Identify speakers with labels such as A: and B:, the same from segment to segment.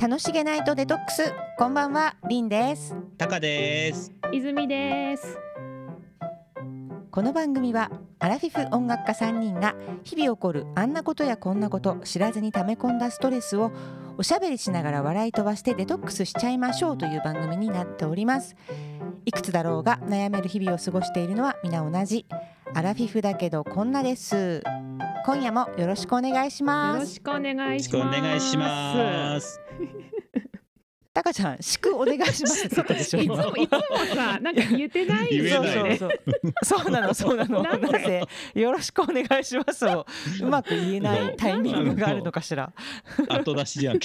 A: 楽しげナイトデトックスこんばんはりんです
B: タカです。
C: 泉です。
A: この番組はアラフィフ音楽家3人が日々起こるあんなことやこんなこと知らずに溜め込んだストレスをおしゃべりしながら笑い飛ばしてデトックスしちゃいましょうという番組になっておりますいくつだろうが悩める日々を過ごしているのは皆同じアラフィフだけどこんなです今夜もよろしくお願いし
C: よ
A: ま
C: ろ
A: す
C: しくお願
B: よ
C: い
B: ろし
C: し
B: くお
C: ます。
B: 願いします。
A: タカちゃん祝お願いしますって言ったでしょ
C: いつもいつもさ、なんか言えてない
B: 言え
C: よ
B: ないね
C: ね。
A: そうそうそう。そうなの、そうなの。
C: な
A: なん
C: で
A: ぜ、よろしくお願いしますを。うまく言えないタイミングがあるのかしら。
B: 後出しじゃん。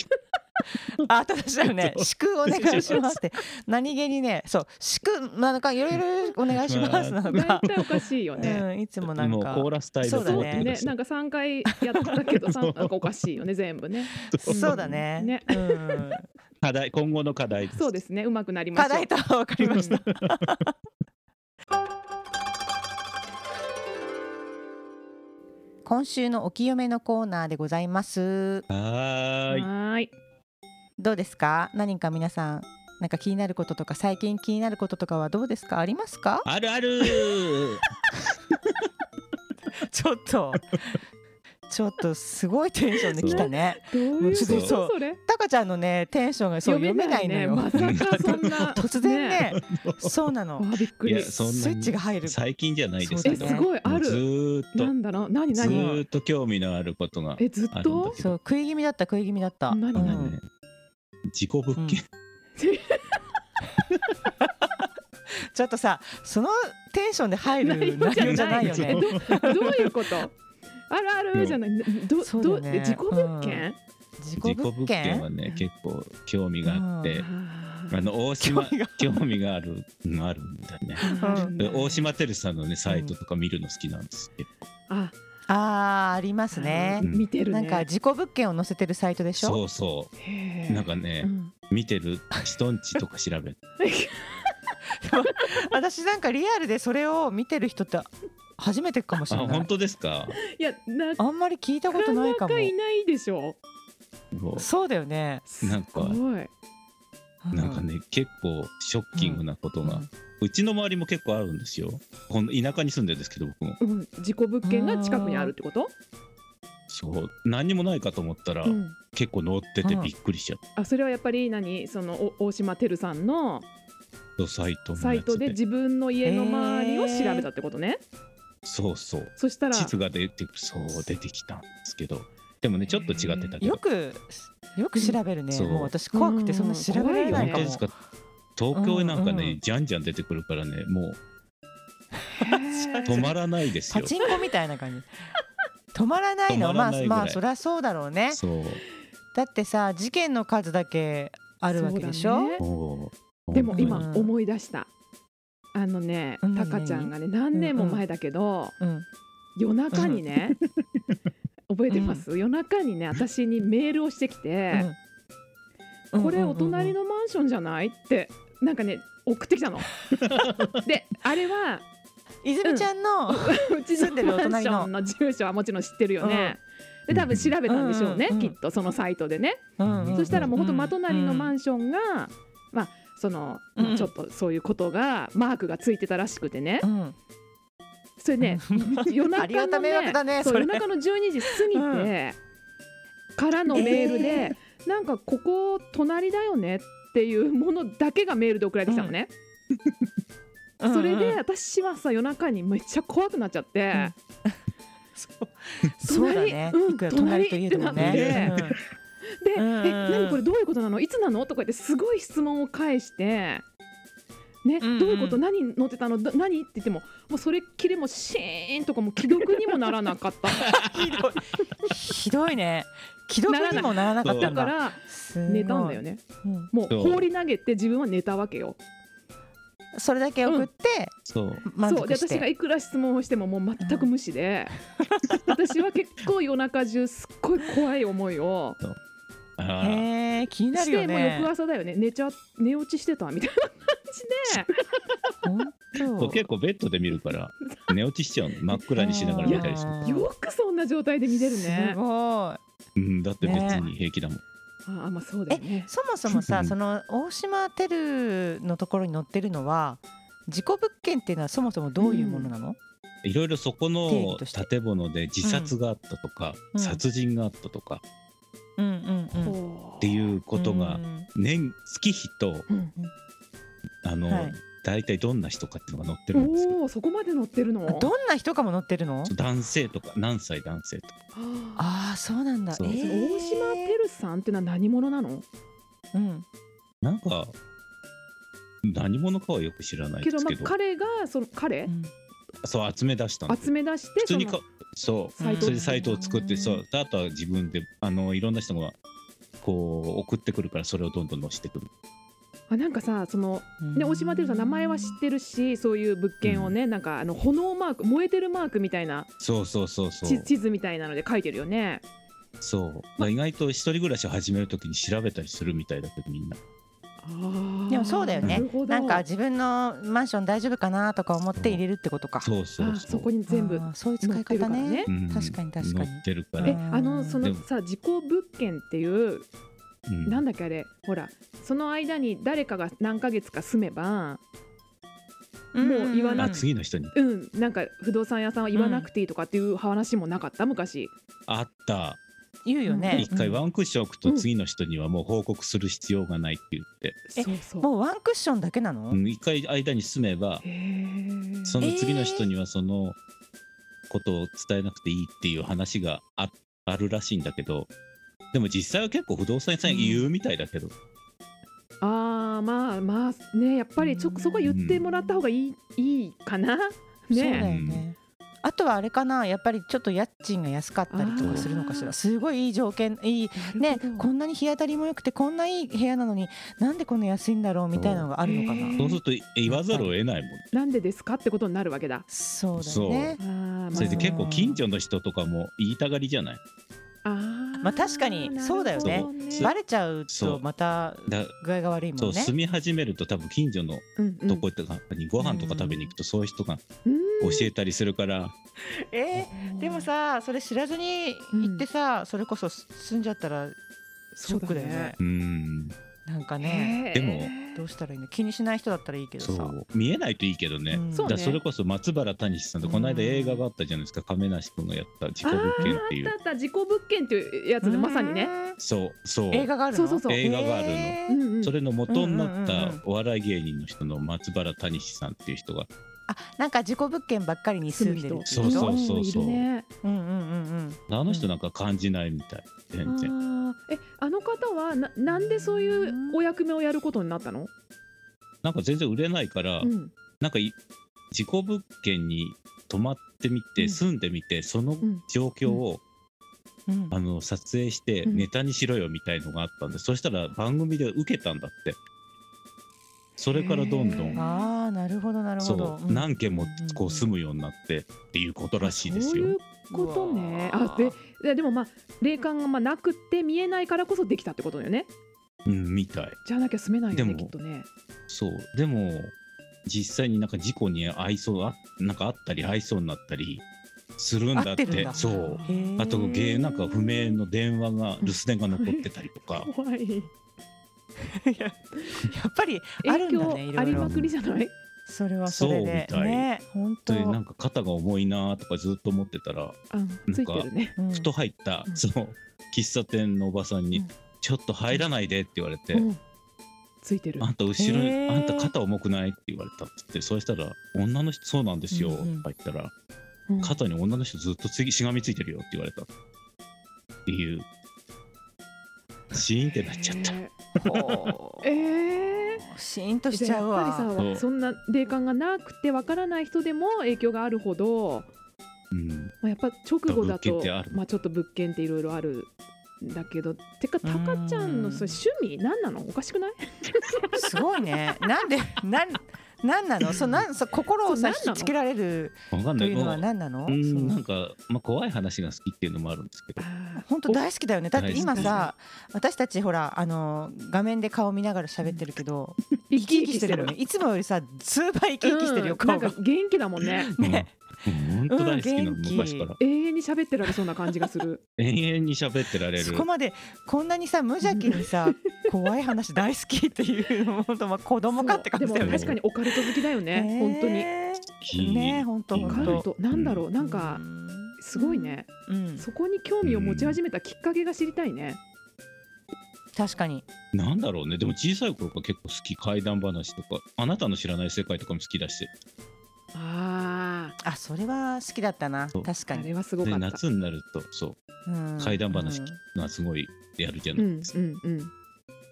A: あ、ただしだよね。
B: そう
A: 祝お願いしますって。何気にね、そう、祝なのか、いろいろお願いしますなの
C: 大
A: か。
C: 体おかしいよね。
A: うん、いつもなん
B: もうコ
A: か。
B: ーラスタイルだと思って
A: うん
B: ま
C: ね
B: し、た
C: なんか三回やったけど、さん
B: そ
C: な
B: うん
C: かおかしいよね、全部ね。
A: そうだね
C: ね。
A: うん。
B: 課題今後の課題です。
C: そうですね、うまくなりま
A: 課
C: した。
A: 題とは分かりました。今週のお清めのコーナーでございます。
B: はーい。
C: はーい。
A: どうですか何か皆さんなんか気になることとか最近気になることとかはどうですかありますか
B: あるある。
A: ちょっ とちょっとすごいテンションで来たね
C: どういう
A: ち
B: ょっ
A: そ
B: と
C: こ
A: う
C: とそれ？
A: タカちゃんのねテンションがそう読めないの
C: ね。
A: よ、
C: まさかそん な
A: 突然ね。そうな
C: あ
A: の
C: びっく
B: い
C: り
B: や。そんなに
A: スイッチが入る
B: 最近じゃないです
A: そ
B: け
A: う
C: え
A: だ
C: す
B: ど。
A: ね
C: ごいあ
B: もうず
C: る。
B: ーっ
C: な
B: と
C: んだろう、なにな
B: ず
C: に。
B: ーっと興味のあることが
C: えずっ
B: あるんだ
C: と
B: け。
A: そう食い気味だった食い気味だった
C: 何
B: 今
C: 何
A: うん
B: ね。事故物件。
A: ちょっとさそのテンションで入る内
C: 内
A: 容
C: 容
A: じ
C: じ
A: ゃ
C: ゃ
A: な
C: ない い
A: よね
C: どどういうこと？あるあるじゃない。ど
A: そう
C: ど
A: だ
C: う
A: ね
C: 自己物件？
A: 自
B: 事
A: 己
B: 故
A: 物
B: 物件
A: 件
B: はね結構興味があって、
C: あ
B: あ
C: ー
B: の大島
A: 興味が
B: 興味があるのあるんだよね。
C: あるんだ
B: で大島てるさんのねサイトとか見るの好きなんですけど。
C: あ
A: あーありますね
B: うん
C: 見てる
A: な
C: ね。
A: んか自己物件を載せてるサイトでしょ
B: そうそ
C: へ
B: う。
C: ー
B: なんかね。
C: うん
B: 見てる人んちとか調 べて
A: 私なんかリアルでそれを見てる人って初めてかもし
B: あ
A: れな
B: 本
A: い
B: 当ですか
C: いやなか
A: あんまり聞いたことない
C: な
A: かも
C: かいないでしょ。
B: も
A: そうだよね
C: す
B: なんか
C: ごい。
B: うなんかね結構ショッキングなことが、うちの周りも結構あるんですよこの田舎に住んでるんですけど僕も
C: うん自己物件が近くにあるってこと？
B: そう何にもないかと思ったら、
C: うん
B: 結構乗ってて
A: うん
B: びっくりしちゃっ
C: あそれはやっぱり何そのお大島てるさんの
B: た、サイトの
C: サイ
B: や
C: ト
B: つ
C: で
B: で
C: 自分の家の周りを調べたってことね。
B: そうそう
C: そしたら
B: 地図が出てそう出てきたんですけどでもねちょっと違ってたけど
A: よくよく調べるね
B: そう
A: もう私怖くてそんな調べられないか
B: 本当
A: も
B: ですか東京へなんかね、
A: うんうん
B: じゃんじゃん出てくるからねも
C: へ
B: う
C: ー
B: 止まらないです
A: パ
B: よ
A: チンコみたいな感じ止まらないの
B: 止まらないぐらい
A: まあまあそりゃそうだろうね
B: そう
A: だってさ事件の数だけあるわけでしょ
C: そうだね
B: もう
C: でも今
A: うん
C: 思い出した。あのね
A: うん、
C: タカちゃんがね、何年も前だけど、
A: うん
C: 夜中にね。覚えてます、夜中にね、私にメールをしてきて、
A: うん
C: これお
A: うんうんう
C: 隣
A: ん
C: のマンションじゃないって、なんかね、送って きたの。で、あれは、
A: 泉ちゃんの
C: うち
A: 住んでる
C: の
A: お
C: マン
A: 隣
C: シ
A: の
C: ョンの住所はもちろん知ってるよね。
B: うん
C: で、多分調べたんでしょうね、
A: うんうん
C: きっと、そのサイトでね。
A: うんうんうん
C: そしたらもうほんと真隣のマ
A: うん
C: ンションが、まあその、
A: うん
C: ちょっとそういうことがマークがついてたらしくてね、
A: うん
C: それね夜
A: ありが
C: 中
A: た
C: の
A: 迷惑
C: ね
A: だね
C: そ
A: そ
C: う
A: れ
C: 夜中の12時過ぎて、からのメールで、なんかここ隣だよねっていうものだけがメールで送られてきたのね、それで私はさ夜中にめっちゃ怖くなっちゃって、
A: うんそうだね。
C: 隣うん
A: いくら隣といえどもね。
C: で、
A: うんうんうん
C: え何これどういうことなのいつなのとか言ってすごい質問を返して。ね、
A: うんうん
C: どういうこと何乗ってたのど何って言ってももうそれっきりもうシーンとかもう既読にもならなかった
A: ひどい。ひどいね。既読にもなら なかった
C: だ
A: んだ。
C: から
A: すごい
C: 寝たんだよ。ね
A: うん
C: も
B: そう
C: う放り投げて自分は寝たわけよ
A: それだけ送って
B: そう
A: 満
C: そうで
A: 足し
C: 私が
A: て。
C: いくら質問をしてももう全く無視で、私は結構夜中中すっごい怖い思いを
B: あ
A: へ
B: ー
A: え気にな
C: し
A: るよ
C: てもう
A: ね
C: 翌。朝だよね寝ちゃ寝落ちしてたみたいな感
A: 本
B: そう
A: 当。
B: 結構ベッドで見るから寝落ちしちゃうの真っ暗にしながら見たりして、
C: じでよくそんな状態で見れるね
A: すごい。
B: うん、だって別に平気だもん、
A: あ
C: ああまあそうだよね
A: そもそも
B: う
A: さ
B: ん
A: その大島テルのところに載ってるのは事故物件っていうのはそもそもどういうものなの、
B: いろいろそこ
A: 定義
B: の
A: として
B: 建物で自殺があったとか、
A: うん
B: 殺人があったとか
A: うん、うんうんうん
C: っ
B: っていうことが年月日と
C: うん、
B: あの、
A: はい
B: 大体どんな人かっていうのが載ってるんですよ
C: おおそこまで乗ってるの
A: あどんな人かも載ってるの
B: 男性とか何歳男性とか
C: あ
A: ああそうなんだ
B: そう
A: え
C: その
A: ー
C: 大島てるさんってのは何者なの
A: うん
B: なんか何者かはよく知らない
C: け
B: で
C: ど
B: す
C: ま
B: け
C: あ
B: ど
C: 彼がその彼
A: うん
B: そう集め出したんです
C: 集
B: よ
C: め出して
B: 普通に
C: そ
B: かそう
C: サイ
A: うん
C: ト
B: そ
C: を
B: れでサイトを作って
A: うん
B: そうあとは自分であのいろんな人がこう送ってくるからそれをどんどん載せてくる
C: のあなんかさそのね大島てるさん名前は知ってるしそういう物件をね、なんかあの炎マーク燃えてるマークみたいな
B: そうそうそうそ
C: 地
B: う
C: 地図みたいなので書いてるよね
B: そうだから意外と一人暮らしを始めるときに調べたりするみたいだけどみんな
C: あー
A: でもそうだよね
C: るほど
A: なんか自分のマンション大丈夫かなとか思って入れるってことか
B: そうそう
C: あ
B: そ
C: そうこに全部
A: あーそういう使い方ね
C: 載ってるからね
B: うん
A: 確かに確か
B: 載
A: に
B: ってるか
A: う
B: ら
C: え
A: ん
C: あのそ
B: で
C: の
B: も
C: さ事故物件っていう
B: うん
C: なんだっけあれほらその間に誰かが何ヶ月か住めばもう言わな
B: あ
C: く
B: 次の人に
C: うんなんか不動産屋さんは言わなくていいとかっていう話もなかった昔
B: あった
A: 言うよね
B: 一回
A: うん
B: ワンクッション置くと次の人にはもう報告する必要がないって言って
A: え
C: そうそう
A: もうワンクッションだけなの、
B: うん一回間に住めば
C: へー
B: その次の人にはそのことを伝えなくていいっていう話がああるらしいんだけどでも実際は結構不動産屋さん言うみたいだけど、
C: あーまあまあねやっぱりちょ
A: うん
C: そこは言ってもらった方がいい,、いいかな
A: そうだよ
C: ね
A: ね、あとはあれかなやっぱりちょっと家賃が安かったりとかするのかし
C: あ
A: ら
C: ー
A: すごいいい条件いいねこんなに日当たりも良くてこんないい部屋なのになんでこんな安いんだろうみたいなのがあるのか
C: そう
A: な
C: へー
B: そうすると言わざるを得ないもん、
C: なんでですかってことになるわけだ
A: そうだよね
C: あー、まあ、
B: それで結構近所の人とかも言いたがりじゃない
C: あ
A: まあ確かにそうだよね
B: そう
A: バレちゃう
B: そ
A: と
B: う
A: また
B: だ
A: 具合が悪いも
B: そ
A: ん
B: う
A: ね
B: 住み始めると多分近所の
C: と
B: とこ行ったにご飯とか食べに行くとそういう人が教えたりするから、
A: えーでもさそれ知らずに行ってさ、それこそ住んじゃったらショックだよね
B: うん
A: なんかね
B: でも
A: どうしたらいいの気にしない人だったらいいけど
B: そ
A: さ
B: う見えないといいけどね、
A: うん
C: そう
B: だから
C: ね
B: それこそ松原谷さんとこの間映画があったじゃないですか亀梨君がやった「事故物件」ってい
C: あ
B: う
C: ったあった自己物件っていうやつでまさにね、
B: そうそう
A: 映画があるの
C: そうそうそう
B: 映画があるの
A: へ
C: う
A: ー
C: んうん、
B: それの元になっ
A: うんうんうんうん
B: たお笑い芸人の人の松原谷さんっていう人が
A: あなんか事故物件ばっかりに住んでるってい
B: そうそうそうそう
C: いるね
A: うんうんうん
B: あの人なんか感じないみたい全然
C: あーえあの方はななんでそういうお役目をやることになったの、
B: なんか全然売れないから、
C: うん
B: なんかい事故物件に泊まってみて、
C: うん
B: 住んでみてその
C: うん
B: 状況を、
A: うんうん
B: あの撮影して
C: うん
B: ネタにしろよみたいのがあったんで、そしたら番組で受けたんだってそれからどんど
C: へ
B: ん
C: ー
A: ああなるほどなるほど
B: そう、何軒もこう住
A: む
B: むようになってっていうことらしいです
C: そうい
B: よ
C: う。ことね
A: うわー
C: あでででもまあ霊感がまあなくて見えないからこそできたってことだよね
B: うん、みたい。
C: じゃなきゃ住めないよね
B: で
C: き
B: も
C: っとね
B: そう。でも、実際になんか事故に遭いそう、あなんかあったり、遭いそうになったりするんだっ
A: 合って
B: て。
A: るんだ
B: そう。あと、ゲーなんか不明の電話が、留守電が残ってたりとか。
C: 怖い
A: やっぱりある
C: 影
A: んだ
C: 響
A: ねい
C: あ
A: ろい
C: り
A: ろ
C: まくりじゃない
A: それはそれで
B: そうみたい
A: ね本当
B: でなんか肩が重いなとかずっと思ってたら、
C: あついてるね
A: うん
B: ふと入った、
C: うん
B: その喫茶店のおばさんに、
C: うん
B: ちょっと入らないでって言われて、
C: うんついてる
B: あんた後ろに
A: へー
B: あんた肩重くないって言われたっつってそうしたら女の人そうなんですよ
A: う
B: と
A: ん
B: か
A: うん
B: 言ったら
C: うん
B: 肩に女の人ずっとつぎしがみついてるよって言われたっていうシーンってなっちゃった
C: へ
A: ほう
C: ー え
A: シーンと
C: ー
A: しちゃう
C: やっぱ
A: わ
C: り
B: そう
C: さそんな霊感がなくてわからない人でも影響があるほど
B: うん
C: まあ、やっぱ直後だ
B: 物件
C: と
B: ってある
C: まあ、ちょっと物件っていろいろあるんだけどてか
A: う
C: タ
A: ん
C: カちゃんのそれ趣味何なのおかしくない
A: すごいねなんでなんなんなのそうなんそう心をさ
C: そうなんなの
A: 引きつけられる
B: わかん
A: と
B: な
A: いう
B: い
A: のは
B: もう
A: 何なの
B: う
A: そ
B: ん
A: の
B: なんか、まあ、怖い話が好きっていうのもあるんですけど
A: 本当大好きだよねだって今
B: 大好
A: さ私たちほらあの画面で顔見ながら喋ってるけど
C: 生
A: 生き生きしてるよねいつもよりさ数倍生き生きしてるよ
C: うん
A: 顔
C: なん
A: が
C: か元気だもんね
B: うん
A: ね
B: 本当大好きなの、
A: うん元気
B: 昔から
C: 永遠に喋ってられそうな感じがす る
B: 永遠に喋ってられる
A: そこまでこんなにさ無邪気に さ怖い話大好きっていうのも本当まあ子供かって感じだ
C: で
A: よ
C: も
A: ね。
C: 確かにオカルト好きだよね、
A: ね
C: 本当に
B: き
A: ね本当
C: オ
B: わ
A: 本
C: カ
B: か
A: 当
B: る
C: ルトなんだろうなんかすごいね、
A: うん
C: そこに興味を持ち始めたきっかけが知りたいね、
A: 確かに
B: なんだろうねでも小さい頃から結構好き怪談話とかあなたの知らない世界とかも好きだし
C: あ
A: あそれは好きだったな
B: そう
A: 確
C: あ
A: か
C: あ
A: に
C: れはすご
B: で
C: かった
B: 夏になるとそう
A: うん
B: 怪談話
A: うん
B: のはすごいやるじゃ
C: う
B: ない
C: ん
B: ですか、
C: うんうんは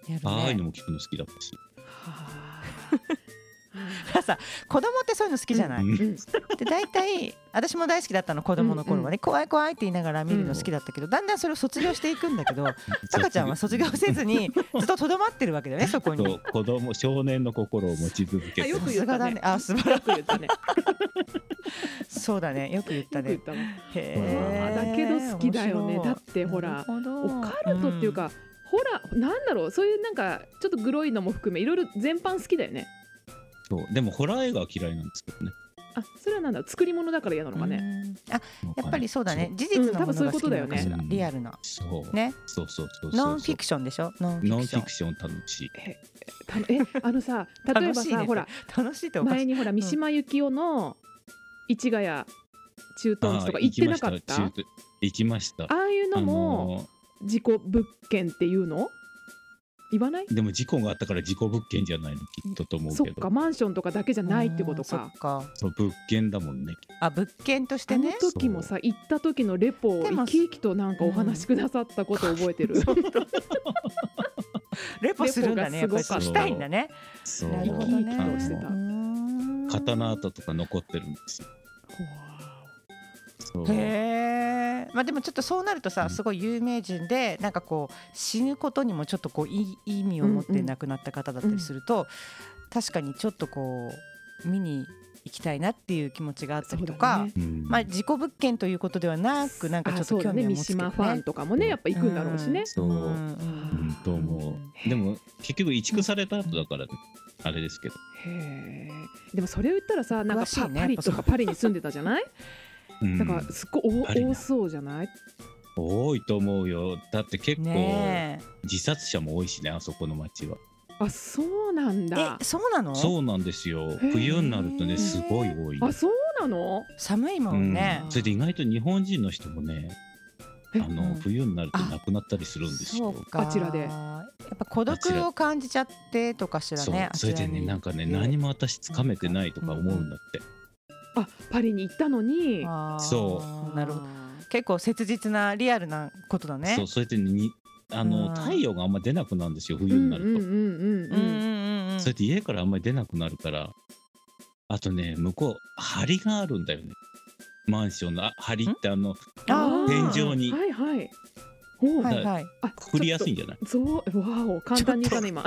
A: やるね
B: ああいうのも聞くの好きだったし、
C: あ
A: だからさ子供ってそういうの好きじゃない、
B: うん
C: うん
A: で大体私も大好きだったの子供の頃はね、怖い怖いって言いながら見るの好きだったけど、だんだんそれを卒業していくんだけど赤ちゃんは卒業せず にずっととどまってるわけだよねそこ
B: そ
A: に
B: う。子供少年の心を持ち続け
C: あ
B: て
C: よく
A: さ
C: 言
A: す
C: っ
A: が
C: たね
A: だね。あ、素晴
C: よ
A: ら
C: く言ったね
A: しい。そうだね。よく言った
C: よく言
A: ね
C: っ。たわ
A: へー
C: だけど好きだよねだってほら、
A: 面白
C: オカルトっていう、か、ほらなんだろうそういうなんかちょっとグロいのも含めいろいろ全般好きだよね
B: そうでもホラー映画は嫌いなんですけどね
C: あそれはなんだ作り物だから嫌なの
A: な
C: かね、
A: あ、やっぱりそうだね。事実
C: う
A: の
C: ん多
A: も
C: 分そ
A: の
C: うい
A: が
C: うこ
A: 好き
C: と
A: な
C: だ
A: のかしら
C: よね
B: うん
A: リアルな。
B: そう
A: ね。
B: そうそうそうそうそう
A: ノンフィクションでしょ。ノンフ
B: ノン
A: ィ
B: フィ
A: ク
B: ク
A: シ
B: ション楽しい
C: たえあの さ
A: ョン。
C: 例えばさ、ほら
A: 楽しいね楽しいっておかし
C: 前
A: い。
C: にほら三島由紀夫の市ヶ谷駐屯地とか
B: あー
C: 行ってなかっ
B: 行きました
C: た
B: 中途行きました
C: ああいうのも
B: の
C: 事故物件っていうの言わない
B: ーでも事故があったから事故物件じゃないのきっとと思う
C: そ
B: け
C: っ
B: ど
C: かマンションとかだけじゃないってこ
A: う
C: と
A: ん
C: か
A: そっか。
B: そう物件だもんね
A: あ、物件とし
C: あ
A: て
C: の
A: ね。
C: 時もさ行った時のレポを
A: で
C: 生
A: も
C: き生きとなんかお話しくださったことを覚えてる、
A: レポするんだね。や
C: レ
A: っぱ
C: ポが
A: り
C: すごかった
A: したいんだね。
B: そう
A: な
C: 生
A: るほ
C: き
A: ど
C: 生
A: ね
C: きとして
B: あ
C: た
A: うーん
B: の刀跡とか残ってるんですよそう
A: へえ。まあでもちょっとそうなると
B: う
A: さ、
B: ん
A: すごい有名人でなんかこう死ぬことにもちょっとこういい意味を持っ
C: うん
A: て
C: うん
A: 亡くなった方だったりすると、確かにちょっとこう見に行きたいなっていう気持ちがあったりとか、
C: そうだね
B: うん
A: まあ自己物件ということではなくなんかちょ
C: あ
A: っと
C: そう
A: 興
C: だね
A: 味を
C: 三
A: 持つけど
C: 島ファン
A: ね。
C: とかもねやっぱ行くんだろうしね、
B: そううん
A: うん
B: うんと思うでも結局移築された後だからねあれですけど
C: へえでもそれを言ったらさなんか
A: 詳しい
C: パ,、
A: ね
C: パリと
A: や
C: か
A: っぱそう
C: パリに住んでたじゃない
B: うん
C: だからすっごい
B: パリ
C: 多
B: な
C: 多そうじゃない
B: 多いと思うよだって結構
A: ね
B: 自殺者も多いしねあそこの町は
C: あそうなん
A: え。
C: だ
A: え、そうなの？
B: そうなんですよ
C: ー
B: 冬になるとねすごい多いの
C: あそうなの
A: 寒いも
B: うん
A: んね。
B: それで意外と日本人の人もねあ
C: え
A: うん
B: の冬になると亡くなったりするんです
A: そ
B: よ
A: うか。
C: あちらで
A: やっぱ孤独を感じちゃってとかしら
B: そう
A: ね。
B: それでねなんかね何
A: も
B: も私つかめてないとか思うんだって
C: あパリに行ったのに
B: そ
A: なるほど。結構切実なリアルなことだね。
B: そうそれでねにあ
A: うん
B: の太陽があんま出なくなるんですよ
C: うん
B: 冬
C: う
B: に
C: ん
B: な
C: うん
B: る
C: うん
A: うんうん
C: うん
A: うんうん。
B: とそれで家からあんまり出なくなるからあとね向こう梁があるんだよねマンションのあ梁ってあの
A: あー
B: 天井に
C: はいはいおう
A: はいはい。
C: あ
B: くくりやすいんじゃない
C: そうわお簡単にいたね今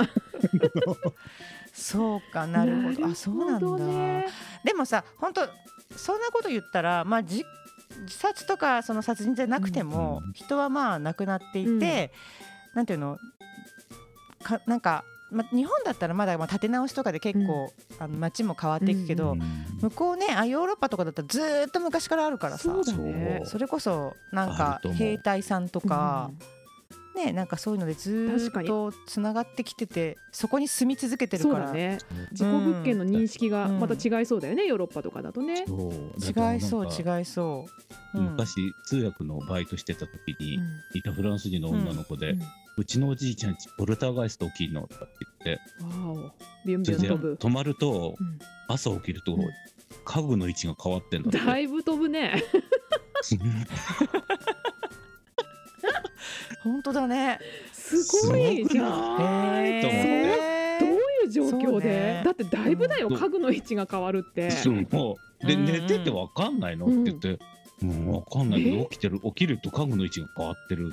A: そうか なるほ ど。あそうなんだ。
C: ね
A: でもさ本当そんなこと言ったらまあじ自殺とかその殺人じゃなくても、
B: うん
A: 人はまあ亡くなっていて、なんていうのかなんか、ま、日本だったらまだまあ建て直しとかで結構、あの街も変わっていくけど、
B: うん
A: 向こうねあヨーロッパとかだったらずーっと昔からあるからさ
C: そうだね
A: それこそなん
B: あ
A: か
B: ると思う
A: 兵隊さんとか、ねなんかそういうのでず
C: 確か
A: ーっ
C: に
A: とつながってきててそこに住み続けてる
C: そう
A: か
C: だ
A: ら、
C: ね自己物件の認識が
A: うん
C: また違いそうだよね、ヨーロッパとかだとね
B: そうだから
A: 違いそう
B: なんか
A: 違いそう、うん、
B: 昔通訳のバイトしてた時に
C: うん
B: いたフランス人の女の子で
C: うん
B: 「うちのおじいちゃんちポルターガイスト起きるの?」とかって言って
C: わおビュン
B: そ
C: ビュ
B: れで
C: ン飛ぶ、
B: 泊まると
C: うん
B: 朝起きると
C: うん
B: 家具の位置が変わってんだ
C: だ
B: って
C: いぶ飛ぶね
A: 本当だね
C: すごいじゃ
B: いと思
C: ん、
B: って
A: へー
C: どういう状況
A: そう
C: で、
A: ね
C: だってだいぶだよ、
B: うん
C: 家具の位置が変わるって
B: そうもうで
A: うんうん
B: 寝ててわかんないのって言って「うんわかんないけど
C: え
B: 起きてる起きると家具の位置が変わってる」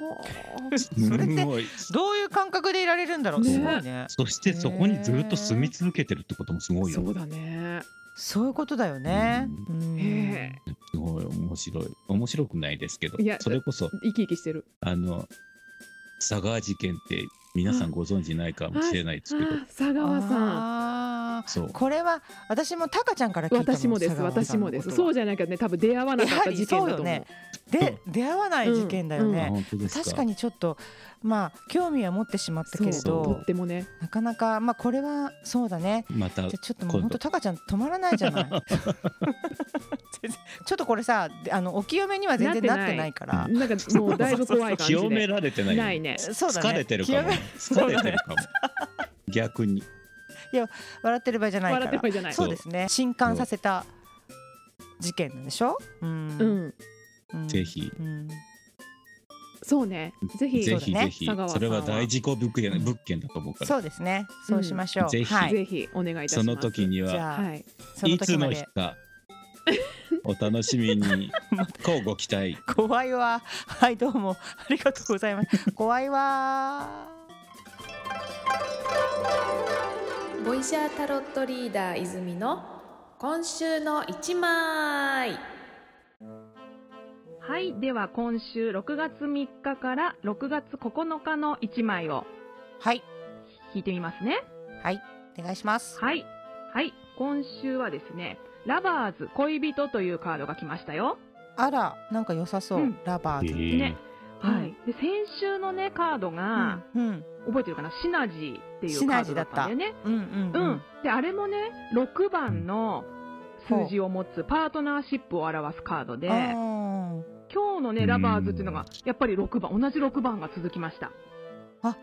C: は
B: す
A: れって
B: ごい
A: どういう感覚でいられるんだろう、
C: ね
A: すごいね
B: そしてそこにずっと住み続けてるってこともす
C: あ
B: ごいよ
C: そ
B: ね
C: うだね
A: そういうことだよね、うん
C: へ
B: すごい面白い面白くないですけど
C: いや
B: それこそ
C: 生き生きしてる
B: あの佐川事件って皆さんご存知ないかもしれないですけど、
C: あ佐川さん
A: ああ
B: そう
A: これは私もタカちゃんから聞いたの
D: 私もです
A: 佐川さ
D: 私
A: ん
D: も
A: のこ
D: で
A: と
D: す
A: は
D: そうじゃなきゃね多分出会わなかった事件だと思う
A: やはりで出会わない事件だよ
B: あ
A: ね、
B: 本当ですか
A: 確かにちょっとまあ興味は持ってしまったけれ
B: そう
D: と
A: ど
D: ってもね
A: なかなかまあこれはそうだね
B: また
A: じゃあちょっともう
B: 今度
A: 本当タカちゃん止まらないじゃない 全然ちょっとこれさであのお清めには全然なってないから
D: なんかもうだいぶ怖い感じ
B: 清め
D: で
B: られてないよ
D: ないね
A: そうだね
B: 疲れてるか
A: 清
B: も
A: め
B: 疲れてるかも逆 に
A: 笑ってる場合じゃないか
D: 笑って
A: ら
D: る場合じゃない
A: そうですね震撼させた事件なんでしょうん
D: うん
A: うん
B: ぜひ
A: うん
D: そうねぜひ
B: ぜ
A: そ
B: ひ
A: うだね
B: ぜひ
D: 佐川さ
B: そ
D: んは
B: れは大事故物件物件だと思うから
A: そうですねそうしましょう
B: ぜひ
A: はい
D: ぜひお願いいたします
B: その時に
A: じ
B: は
A: ゃあ
D: はい
A: その
B: いつ
A: 時ま
B: の
A: で
B: 日かお楽し みに乞うご期待
A: 怖いわはいどうもありがとうございます怖いわ
E: ボイシャータロットリーダー泉の今週の一枚
C: はい、では今週6月3日から6月9日の1枚を
A: はい
C: 引いてみますね。
A: はいお願いします
C: はい。はい、今週はですね、ラバーズ恋人というカードが来ましたよ。
A: あらなんか良さそう、
C: うん
A: ラバーズ、
C: ね
A: うん
C: はい。で、先週のね、カードが、
A: うんうん
C: 覚えてるかなシナジーっていうカードだったんだよね。
A: うんうんう
C: うんん。で、あれもね、6番の数字を持つパートナーシップを表すカードで、
A: あ
C: 今日の
B: う
C: ね、
B: ん
C: ラバーズっていうのが、やっぱり6番、同じ6番が続きました。
A: ー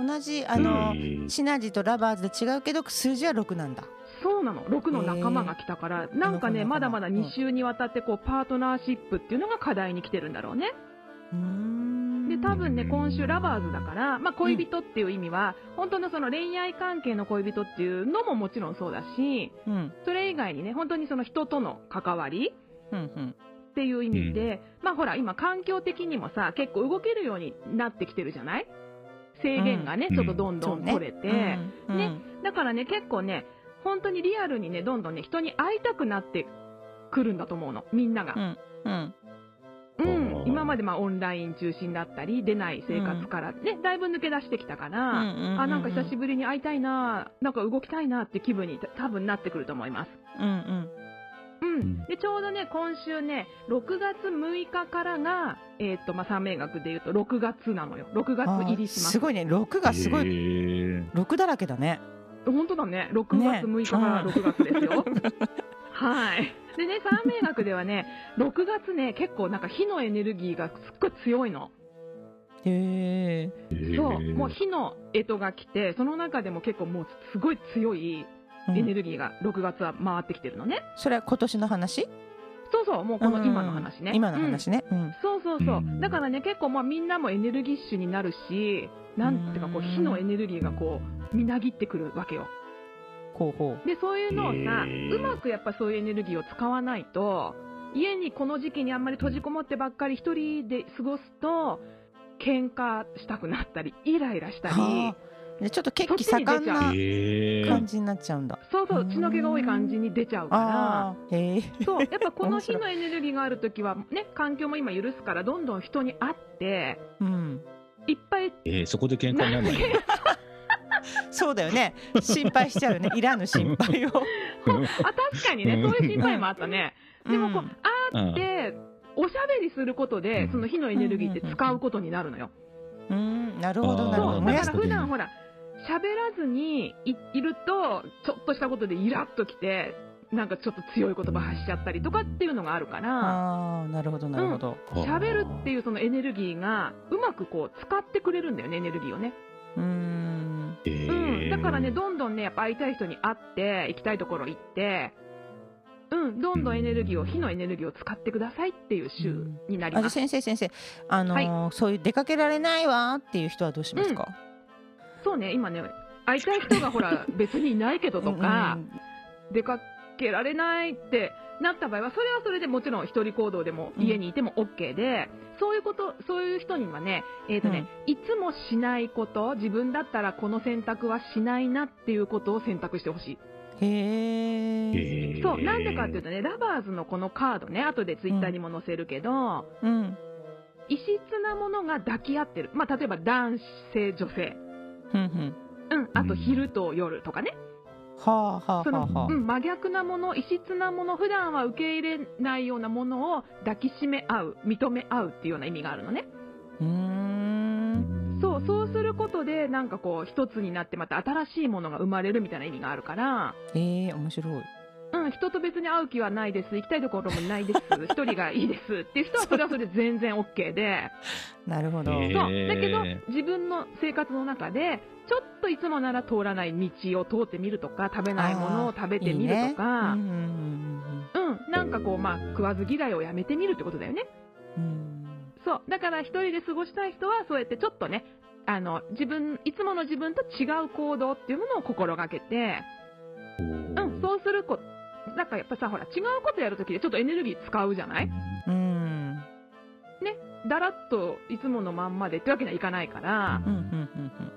A: 同じあの、シナジーとラバーズで違うけど数字は6なんだ
C: そうなの6の仲間が来たから、なんかね
A: 仲間
C: まだまだ
A: 仲間
C: 2週にわたってこうパートナーシップっていうのが課題に来てるんだろうね
A: うーん
C: で多分ね
B: うん
C: 今週ラバーズだから、まあ、恋人っていう意味は、本当のその恋愛関係の恋人っていうのももちろんそうだし
A: うん
C: それ以外にね本当にその人との関わり
A: うんうん
C: っていう意味で、まあほら今環境的にもさ結構動けるようになってきてるじゃない制限がね、
B: うん
C: ちょっとどんどん取れて、
A: うん
C: ねだからね、結構ね、本当にリアルにね、どんどんね、人に会いたくなってくるんだと思うの、みんなが。
A: うんうん
C: うん。
B: あー
C: 今までまあオンライン中心だったり、出ない生活からね、だいぶ抜け出してきたから、
A: うん
C: あ、なんか久しぶりに会いたいな、なんか動きたいなって気分にた多分なってくると思います。
A: うんうん
C: うん。
B: ん
C: で、ちょうどね、今週ね、6月6日からが、えーっと、まあ、三名学で言うと6月なのよ。6月入りします
A: あー。ごいね6がすごい
B: い
A: 6だらけだね
C: 本当だね6月6日から6月です よ、はいでね三名学ではね6月ね結構なんか火のエネルギーがすっごい強いの
A: へえ
C: そうもう火の干支が来てその中でも結構もうすごい強いエネルギーが6月は回ってきてるのね、
A: それは今年の話
C: そうそうもうこの今の話ね、
A: うん今の話
C: うん
A: ねうん
C: そうそうそう、
B: うん
C: だからね結構まあみんなもエネルギッシュになるしなんていうかこう火のエネルギーがこうみなぎってくるわけよ
A: ほうほう
C: でそういうのをさ、
B: へー
C: うまくやっぱそういうエネルギーを使わないと家にこの時期にあんまり閉じこもってばっかり一人で過ごすと喧嘩したくなったりイライラしたり
A: はあでちょっと血気盛んな
B: え
A: 感じになっちゃうんだ。
C: そうそう血の気が多い感じに出ちゃうか
A: あー、へえ
C: らそうやっぱこ の
A: 面
C: 日
A: 白い
C: のエネルギーがある時はね環境も今許すからどんどん人に会って
A: うん、
C: いっぱい
B: ーそこで喧嘩になるの
A: そうだよね。心配しちゃ うよね。いらぬ心配を。
C: あ確かにねそういう心配もあったねでもこう
A: うん
C: 会
B: うん
C: っておしゃべりすることでその火のエネルギーって使うことになるのよ
A: うん、なるほど、なるほ
C: そ
A: ど。
C: う
A: 燃
C: だ
A: や
C: か
A: す
C: ら普段ほら喋らずにいいるとちょっとしたことでイラッときてなんかちょっと強い言葉発しちゃったりとかっていうのがあるから
A: ああ、なるほど、なるほど。
C: 喋るって
B: う
C: いうそのエネルギーがうまくこう使ってくれるんだよねエネルギーをね、
A: うーん、
B: え
C: うん、
B: ー
C: だからねどんどんねやっぱ会いたい人に会って行きたいところ行ってうんどんどんエネルギーを火のエネルギーを使ってくださいっていう週になり
A: あ、じゃ
C: ま
A: あ
C: す
A: 先生、先生、あのーそういう出かけられないわーっていう人はどうしますか。
C: そうね今ね会いたい人が ほら別にいないけどとか、
A: うん
C: 出かけられないってなった場合はそれはそれでもちろん一人行動でも
A: うん
C: 家にいても OK で、そういうことそういう人にはね,、えーとねいつもしないこと自分だったらこの選択はしないなっていうことを選択してほしい、
A: へえ、
B: えー
C: そうなんでかっていうとねラバーズのこのカードね後でツイッターにも載せるけど、
A: うん、
C: 異質なものが抱き合ってる、まあ、例えば男性女
A: う
C: 性、
A: ん、うん。
C: うん、あと昼と夜とかね、
A: ははあはあは
C: その
A: あはあ
C: うん、真逆なもの異質なもの普段は受け入れないようなものを抱きしめ合う認め合うっていうような意味があるのね
A: うーん
C: そうそうすることでなんかこう一つになってまた新しいものが生まれるみたいな意味があるから、
A: えー、面白い
C: うん、人と別に会う気はないです行きたいところもないです 一人がいいですっていう人はそれはそれで全然 OK で、
A: なるほど、
B: えへー
C: そうだけど自分の生活の中でちょっといつもなら通らない道を通ってみるとか食べないものを食べて
A: いい
C: みる
A: ね
C: とか。
A: うんうん
C: うん、なんかこう、まあ、食わず嫌いをやめてみるってことだよね。
A: うんうん
C: そう。だから一人で過ごしたい人は、そうやってちょっとね、あの、自分、いつもの自分と違う行動っていうものを心がけて、うん、そうするこ、なんかやっぱさ、ほら、違うことやるときでちょっとエネルギー使うじゃない
A: うんうん
C: だらっといつものまんまでってわけにはいかないから、
A: うんうん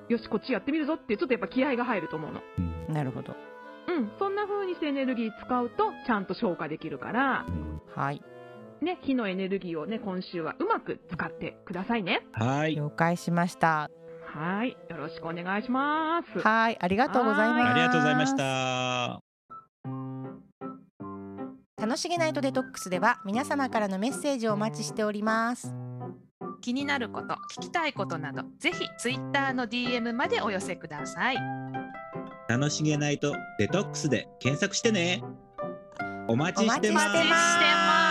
C: よし、こっちやってみるぞっていう、ちょっとやっぱ気合が入ると思うの。
A: うんなるほど
C: うん、そんな風にしてエネルギー使うと、ちゃんと消化できるから、
A: はい
C: ね、火のエネルギーをね、今週はうまく使ってくださいね。
B: はい。
A: 了解しました
C: はい、よろしくお願いします。
A: はいありがとうございます
B: ありがとうございました。
A: 楽しげナイトデトックスでは皆様からのメッセージをお待ちしております
F: 気になること聞きたいことなどぜひツイッターの DM までお寄せください
B: 楽しげないとデトックスで検索してね。お待ちして
F: お
B: ま
F: 待ちして
B: す。
F: ます